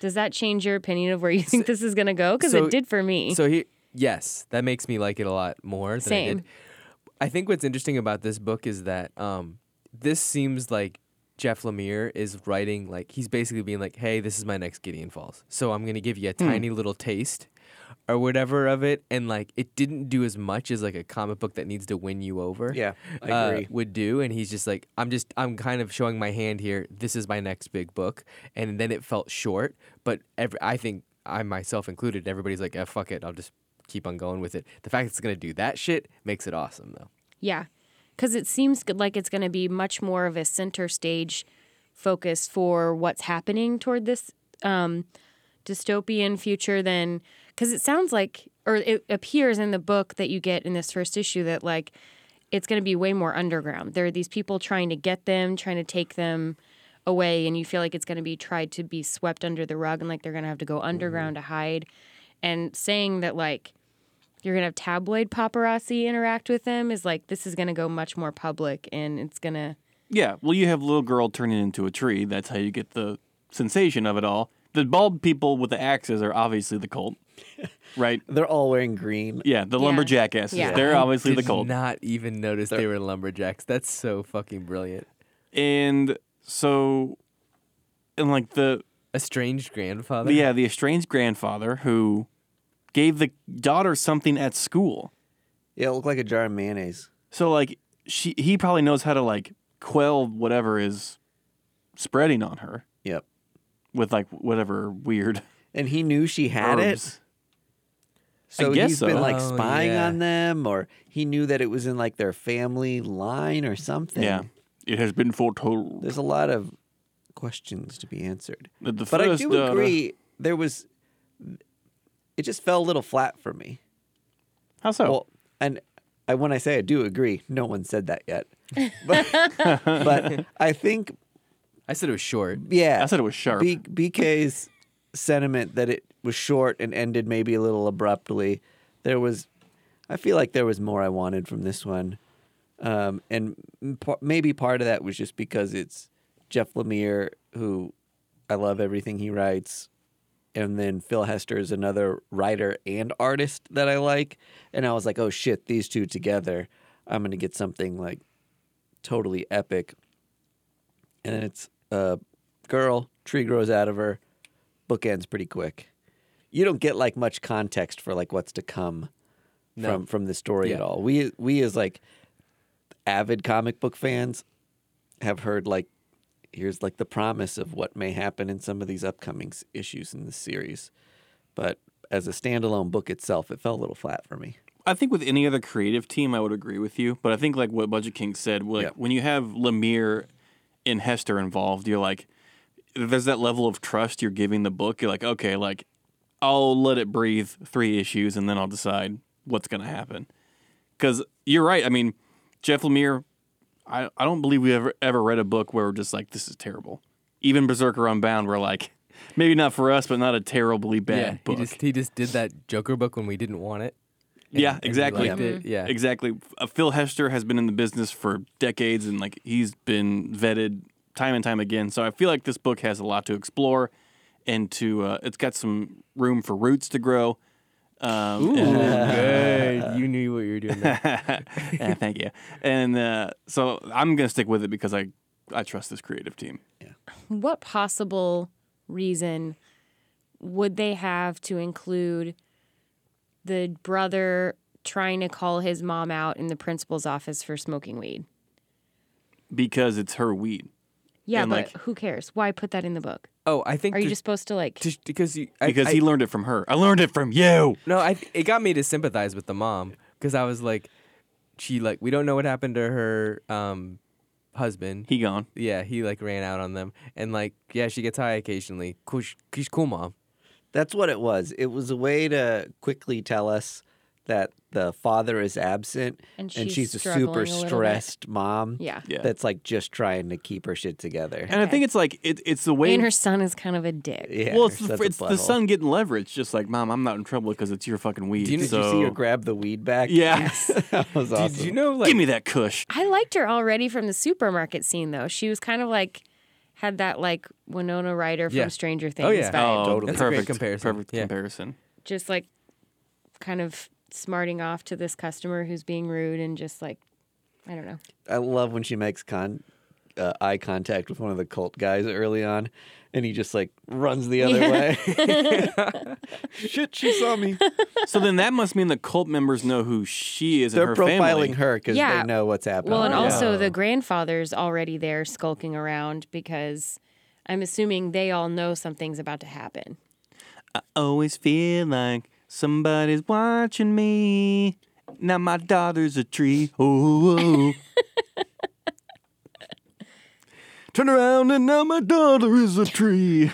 S3: Does that change your opinion of where you think this is going to go? Because
S1: so-
S3: it did for me.
S1: So he, yes, that makes me like it a lot more. Than I,
S3: Same.
S1: did. I think what's interesting about this book is that um, this seems like Jeff Lemire is writing like he's basically being like, "Hey, this is my next Gideon Falls, so I'm gonna give you a
S4: Hmm.
S1: tiny little taste." Or whatever of it, and like it didn't do as much as like a comic book that needs to win you over.
S4: Yeah, I
S1: uh,
S4: agree.
S1: would do, and he's just like, I'm just, I'm kind of showing my hand here. This is my next big book, and then it felt short. But every, I think I myself included, everybody's like, eh, fuck it, I'll just keep on going with it. The fact it's gonna do that shit makes it awesome, though.
S3: Yeah, because it seems good, like it's going to be much more of a center stage focus for what's happening toward this um, dystopian future than because it sounds like or it appears in the book that you get in this first issue that like it's going to be way more underground. There are these people trying to get them, trying to take them away, and you feel like it's going to be tried to be swept under the rug and like they're going to have to go underground to hide. And saying that like you're gonna have tabloid paparazzi interact with them is like this is gonna go much more public and it's gonna
S2: Yeah. Well, you have little girl turning into a tree. That's how you get the sensation of it all. The bald people with the axes are obviously the cult, right?
S4: they're all wearing green.
S2: Yeah, the lumberjack asses.
S3: Yeah.
S2: They're
S1: I
S2: obviously the
S1: did
S2: cult.
S1: Not even notice they were lumberjacks. That's so fucking brilliant.
S2: and so, and like the
S1: Estranged grandfather.
S2: But yeah, the estranged grandfather who gave the daughter something at school.
S4: Yeah, it looked like a jar of mayonnaise.
S2: So like she he probably knows how to like quell whatever is spreading on her
S4: Yep.
S2: with like whatever weird
S4: And he knew she had it,
S2: herbs.
S4: so
S2: guess
S4: he's been
S2: so.
S4: like
S1: Oh,
S4: spying
S1: yeah.
S4: on them, or he knew that it was in like their family line or something.
S2: Yeah. It has been foretold.
S4: there's a lot of questions to be answered.
S2: that the
S4: But I
S2: first
S4: do
S2: daughter-
S4: agree. There was, it just fell a little flat for me.
S2: How so?
S4: Well, and I, when I say I do agree, no one said that yet. But, but I think,
S1: I said it was short.
S4: yeah,
S2: I said it was sharp.
S4: B, BK's sentiment that it was short and ended maybe a little abruptly. There was, I feel like there was more I wanted from this one, um, and m- par- maybe part of that was just because it's Jeff Lemire, who I love everything he writes, and then Phil Hester is another writer and artist that I like, and I was like, oh shit, these two together, I'm gonna get something like totally epic and then it's a girl, tree grows out of her, book ends pretty quick. You don't get like much context for like what's to come
S1: No.
S4: from from the story at
S1: Yeah.
S4: all. We we as like avid comic book fans have heard like here's like the promise of what may happen in some of these upcoming s- issues in the series. But as a standalone book itself, it fell a little flat for me.
S2: I think with any other creative team, I would agree with you. But I think like what Budget King said, like
S4: Yeah.
S2: when you have Lemire and Hester involved, you're like, there's that level of trust you're giving the book. You're like, okay, like I'll let it breathe three issues and then I'll decide what's gonna happen. Because you're right. I mean, Jeff Lemire, I, I don't believe we ever ever read a book where we're just like, this is terrible. Even Berserker Unbound, we're like, maybe not for us, but not a terribly bad
S1: yeah,
S2: book.
S1: he just he just did that Joker book when we didn't want it.
S2: yeah,
S1: we
S2: exactly.
S1: liked
S3: Mm-hmm.
S1: it, Yeah,
S2: Exactly. Uh, Phil Hester has been in the business for decades and like he's been vetted time and time again. So I feel like this book has a lot to explore and to uh, it's got some room for roots to grow. Um,
S1: Ooh,
S2: and-
S1: good. You knew what you were doing. there.
S2: Yeah, thank you. And uh, so I'm going to stick with it because I I trust this creative team.
S3: what possible reason would they have to include the brother trying to call his mom out in the principal's office for smoking weed?
S2: Because it's her weed.
S3: Yeah,
S2: And,
S3: but
S2: like-
S3: who cares? Why put that in the book?
S1: Oh, I think
S3: Are you
S1: to-
S3: just supposed to like?
S1: to- because you I-
S2: Because
S1: I-
S2: he learned it from her. I learned it from you.
S1: No, I it got me to sympathize with the mom because I was like, she like we don't know what happened to her um husband.
S2: He gone.
S1: yeah, he like ran out on them, and like yeah, she gets high occasionally. Cool, sh- she's cool, mom.
S4: That's what it was. It was a way to quickly tell us that the father is absent
S3: And
S4: and
S3: she's
S4: she's a
S3: struggling a
S4: super
S3: little bit.
S4: stressed mom
S3: Yeah.
S2: Yeah.
S4: that's like just trying to keep her shit together.
S2: And I think it's like it, it's the way
S3: and her son is kind of a dick.
S4: Yeah,
S2: well, it's,
S4: her
S2: the,
S4: son's a
S2: it's the
S4: butthole.
S2: son getting leverage. Just like, mom, I'm not in trouble because it's your fucking weed.
S1: Do you- did
S4: Did
S2: so,
S4: you see her grab the weed back?
S2: Yeah.
S4: that was
S1: Did
S4: awesome.
S1: you know like
S2: Give me that Kush.
S3: I liked her already from the supermarket scene, though. She was kind of like had that like Winona Ryder from
S1: Yeah.
S3: Stranger Things
S1: Oh, yeah.
S3: vibe,
S4: totally.
S1: That's a great
S2: perfect
S1: comparison.
S2: Perfect
S1: Yeah.
S2: comparison.
S3: just like kind of smarting off to this customer who's being rude and just like I don't know.
S4: I love when she makes con uh, eye contact with one of the cult guys early on, and he just like runs the other way. Shit, she saw me.
S2: so then that must mean the cult members know who she is
S4: They're
S2: and her
S4: profiling
S2: family.
S4: her because
S3: Yeah.
S4: they know what's happening.
S3: Well, and
S1: yeah.
S3: also the grandfather's already there skulking around because I'm assuming they all know something's about to happen.
S2: Always feel like somebody's watching me. Now my daughter's a tree. Oh. Turn around and now my daughter is a tree.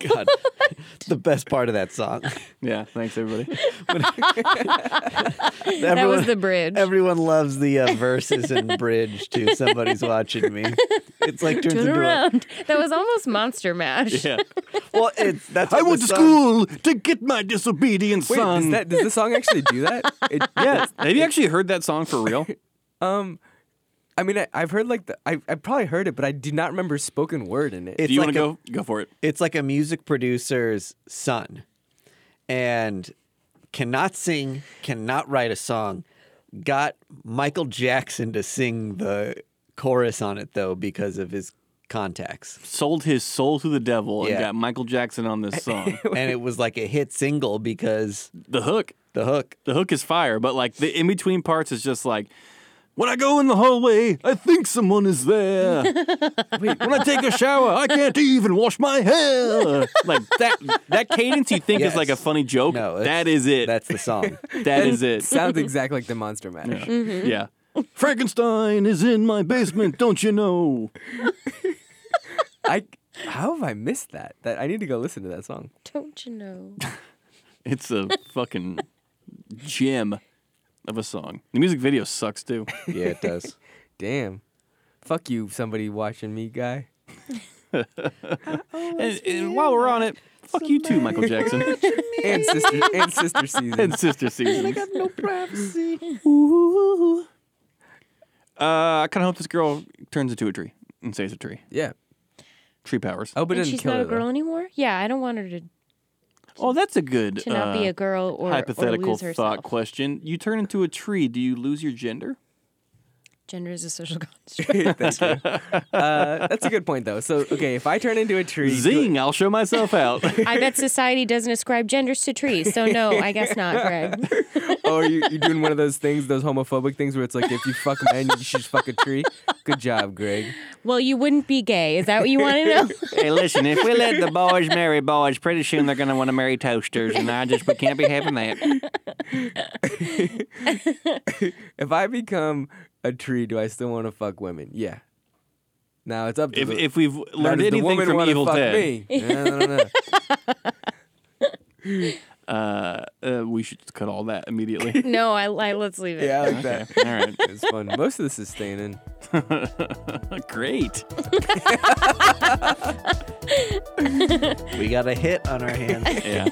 S4: God, the best part of that song.
S2: Yeah, thanks everybody.
S4: Everyone,
S3: that was the bridge.
S4: everyone loves the uh, verses and bridge to "Somebody's Watching Me." It's like turns
S3: Turn
S4: into
S3: around. that was almost Monster Mash.
S2: Yeah.
S4: a well. It's that's
S2: I
S4: what
S2: went
S4: the
S2: to
S4: song-
S2: school to get my disobedient
S1: wait
S2: son.
S1: does that does the song actually do that? It,
S2: yeah, have you actually heard that song for real?
S1: Um, I mean I, I've heard like the I I probably heard it, but I do not remember spoken word in it.
S4: It's
S2: Do you
S4: like
S2: want
S4: a-
S2: to go? Go for it.
S4: it's like a music producer's son and cannot sing, cannot write a song. Got Michael Jackson to sing the chorus on it though because of his contacts.
S2: Sold his soul to the devil
S4: Yeah.
S2: and got Michael Jackson on this song.
S4: And it was like a hit single because
S2: the hook,
S4: the hook.
S2: the hook is fire, but like the in between parts is just like. When I go in the hallway, I think someone is there.
S1: Wait.
S2: When I take a shower, I can't even wash my hair. Like that, that cadence you think is
S4: Yes.
S2: like a funny joke.
S4: No, it's-
S2: that is it.
S4: That's the song.
S2: that is it.
S1: Sounds exactly like the Monster Mash.
S2: Yeah. Frankenstein is in my basement, don't you know?
S1: I how have I missed that? That I need to go listen to that song.
S3: Don't you know?
S2: It's a fucking gem of a song. The music video sucks too.
S4: Yeah, it does.
S1: Damn. Fuck you, somebody watching me guy.
S2: And, and while we're on it, fuck you too, Michael Jackson.
S1: And sister and sister season.
S2: and Sister Season.
S4: got no privacy.
S2: Ooh. Uh, I kind of hope this girl turns into a tree and stays a tree.
S1: yeah.
S2: Tree powers.
S1: I hope it
S3: and
S1: didn't
S3: she's
S1: kill
S3: not
S1: her.
S3: a girl
S1: though.
S3: anymore. Yeah, I don't want her to
S2: Oh, that's a good
S3: to not be
S2: uh,
S3: a girl or or
S2: hypothetical
S3: lose herself.
S2: thought question. You turn into a tree, do you lose your gender?
S3: Gender is a social construct.
S1: Thank you. Uh, that's a good point though. So okay, if I turn into a tree, do-
S2: Zing! I'll show myself out.
S3: I bet society doesn't ascribe genders to trees, so no, I guess not, Greg.
S1: oh, you, you're doing one of those things, those homophobic things where it's like if you fuck a man, you should fuck a tree. Good job, Greg.
S3: Well, you wouldn't be gay. Is that what you want to know?
S2: hey, listen, if we let the boys marry boys, pretty soon they're going to want to marry toasters, and I just we can't be having that.
S1: If I become a tree, do I still want to fuck women? Yeah. Now it's up to
S2: If,
S1: the,
S2: if we've
S1: now
S2: learned
S1: does the
S2: anything
S1: woman
S2: from
S1: wanna
S2: Evil
S1: fuck
S2: Dead,
S1: me? I don't know.
S2: uh, uh, we should cut all that immediately.
S3: No, I, I let's leave it.
S1: Yeah, I like that.
S2: all right.
S1: It's fun. Most of this is staying in.
S2: Great.
S4: We got a hit on our hands.
S2: Yeah.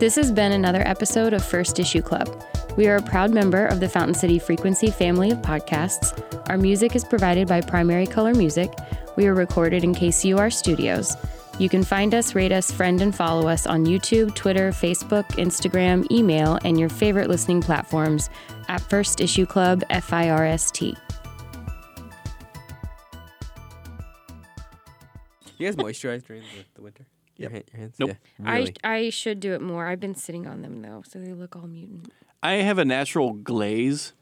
S3: This has been another episode of First Issue Club. We are a proud member of the Fountain City Frequency family of podcasts. Our music is provided by Primary Color Music. We are recorded in KCUR Studios. You can find us, rate us, friend, and follow us on YouTube, Twitter, Facebook, Instagram, email, and your favorite listening platforms at First Issue Club FIRST.
S1: You guys moisturize during the, the winter? Your,
S4: Yep.
S1: hand- your hands?
S2: Nope.
S1: Yeah. Really?
S3: I, I should do it more. I've been sitting on them though, so they look all mutant.
S2: I have a natural glaze,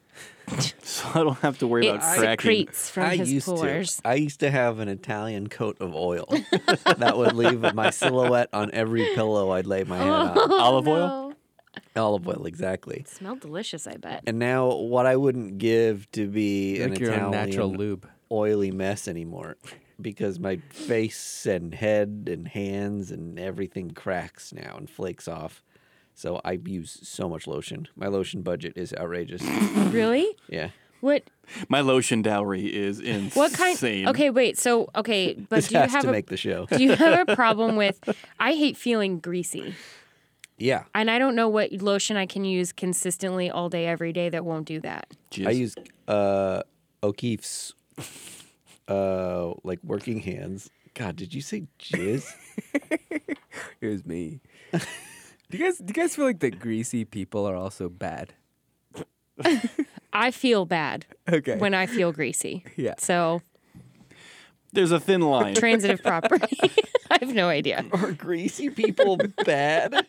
S2: so I don't have to worry
S3: It
S2: about cracking.
S3: secretes from
S4: I
S3: his
S4: used
S3: pores.
S4: to. I used to have an Italian coat of oil that would leave my silhouette on every pillow I'd lay my hand on.
S2: Olive oil?
S4: Olive oil, exactly.
S3: Oh, Smelled delicious, I bet.
S4: And now, what I wouldn't give to be an
S1: Like your
S4: Italian
S1: own natural lube.
S4: oily mess anymore, because my face and head and hands and everything cracks now and flakes off. So I use so much lotion. My lotion budget is outrageous.
S3: Really?
S4: yeah.
S3: What
S2: My lotion dowry is insane.
S3: what kind? Okay, wait. So okay, but
S4: This
S3: do you
S4: has
S3: have
S4: to
S3: a
S4: make the show.
S3: do you have a problem with? I hate feeling greasy,
S4: Yeah.
S3: and I don't know what lotion I can use consistently all day, every day that won't do that.
S2: Jizz.
S4: I use uh, O'Keefe's uh, like working hands. God, did you say jizz?
S1: It was me. do you guys do you guys feel like that greasy people are also bad?
S3: I feel bad
S1: Okay.
S3: when I feel greasy.
S1: Yeah.
S3: So
S2: There's a thin line.
S3: transitive property. I have no idea.
S4: Are greasy people bad?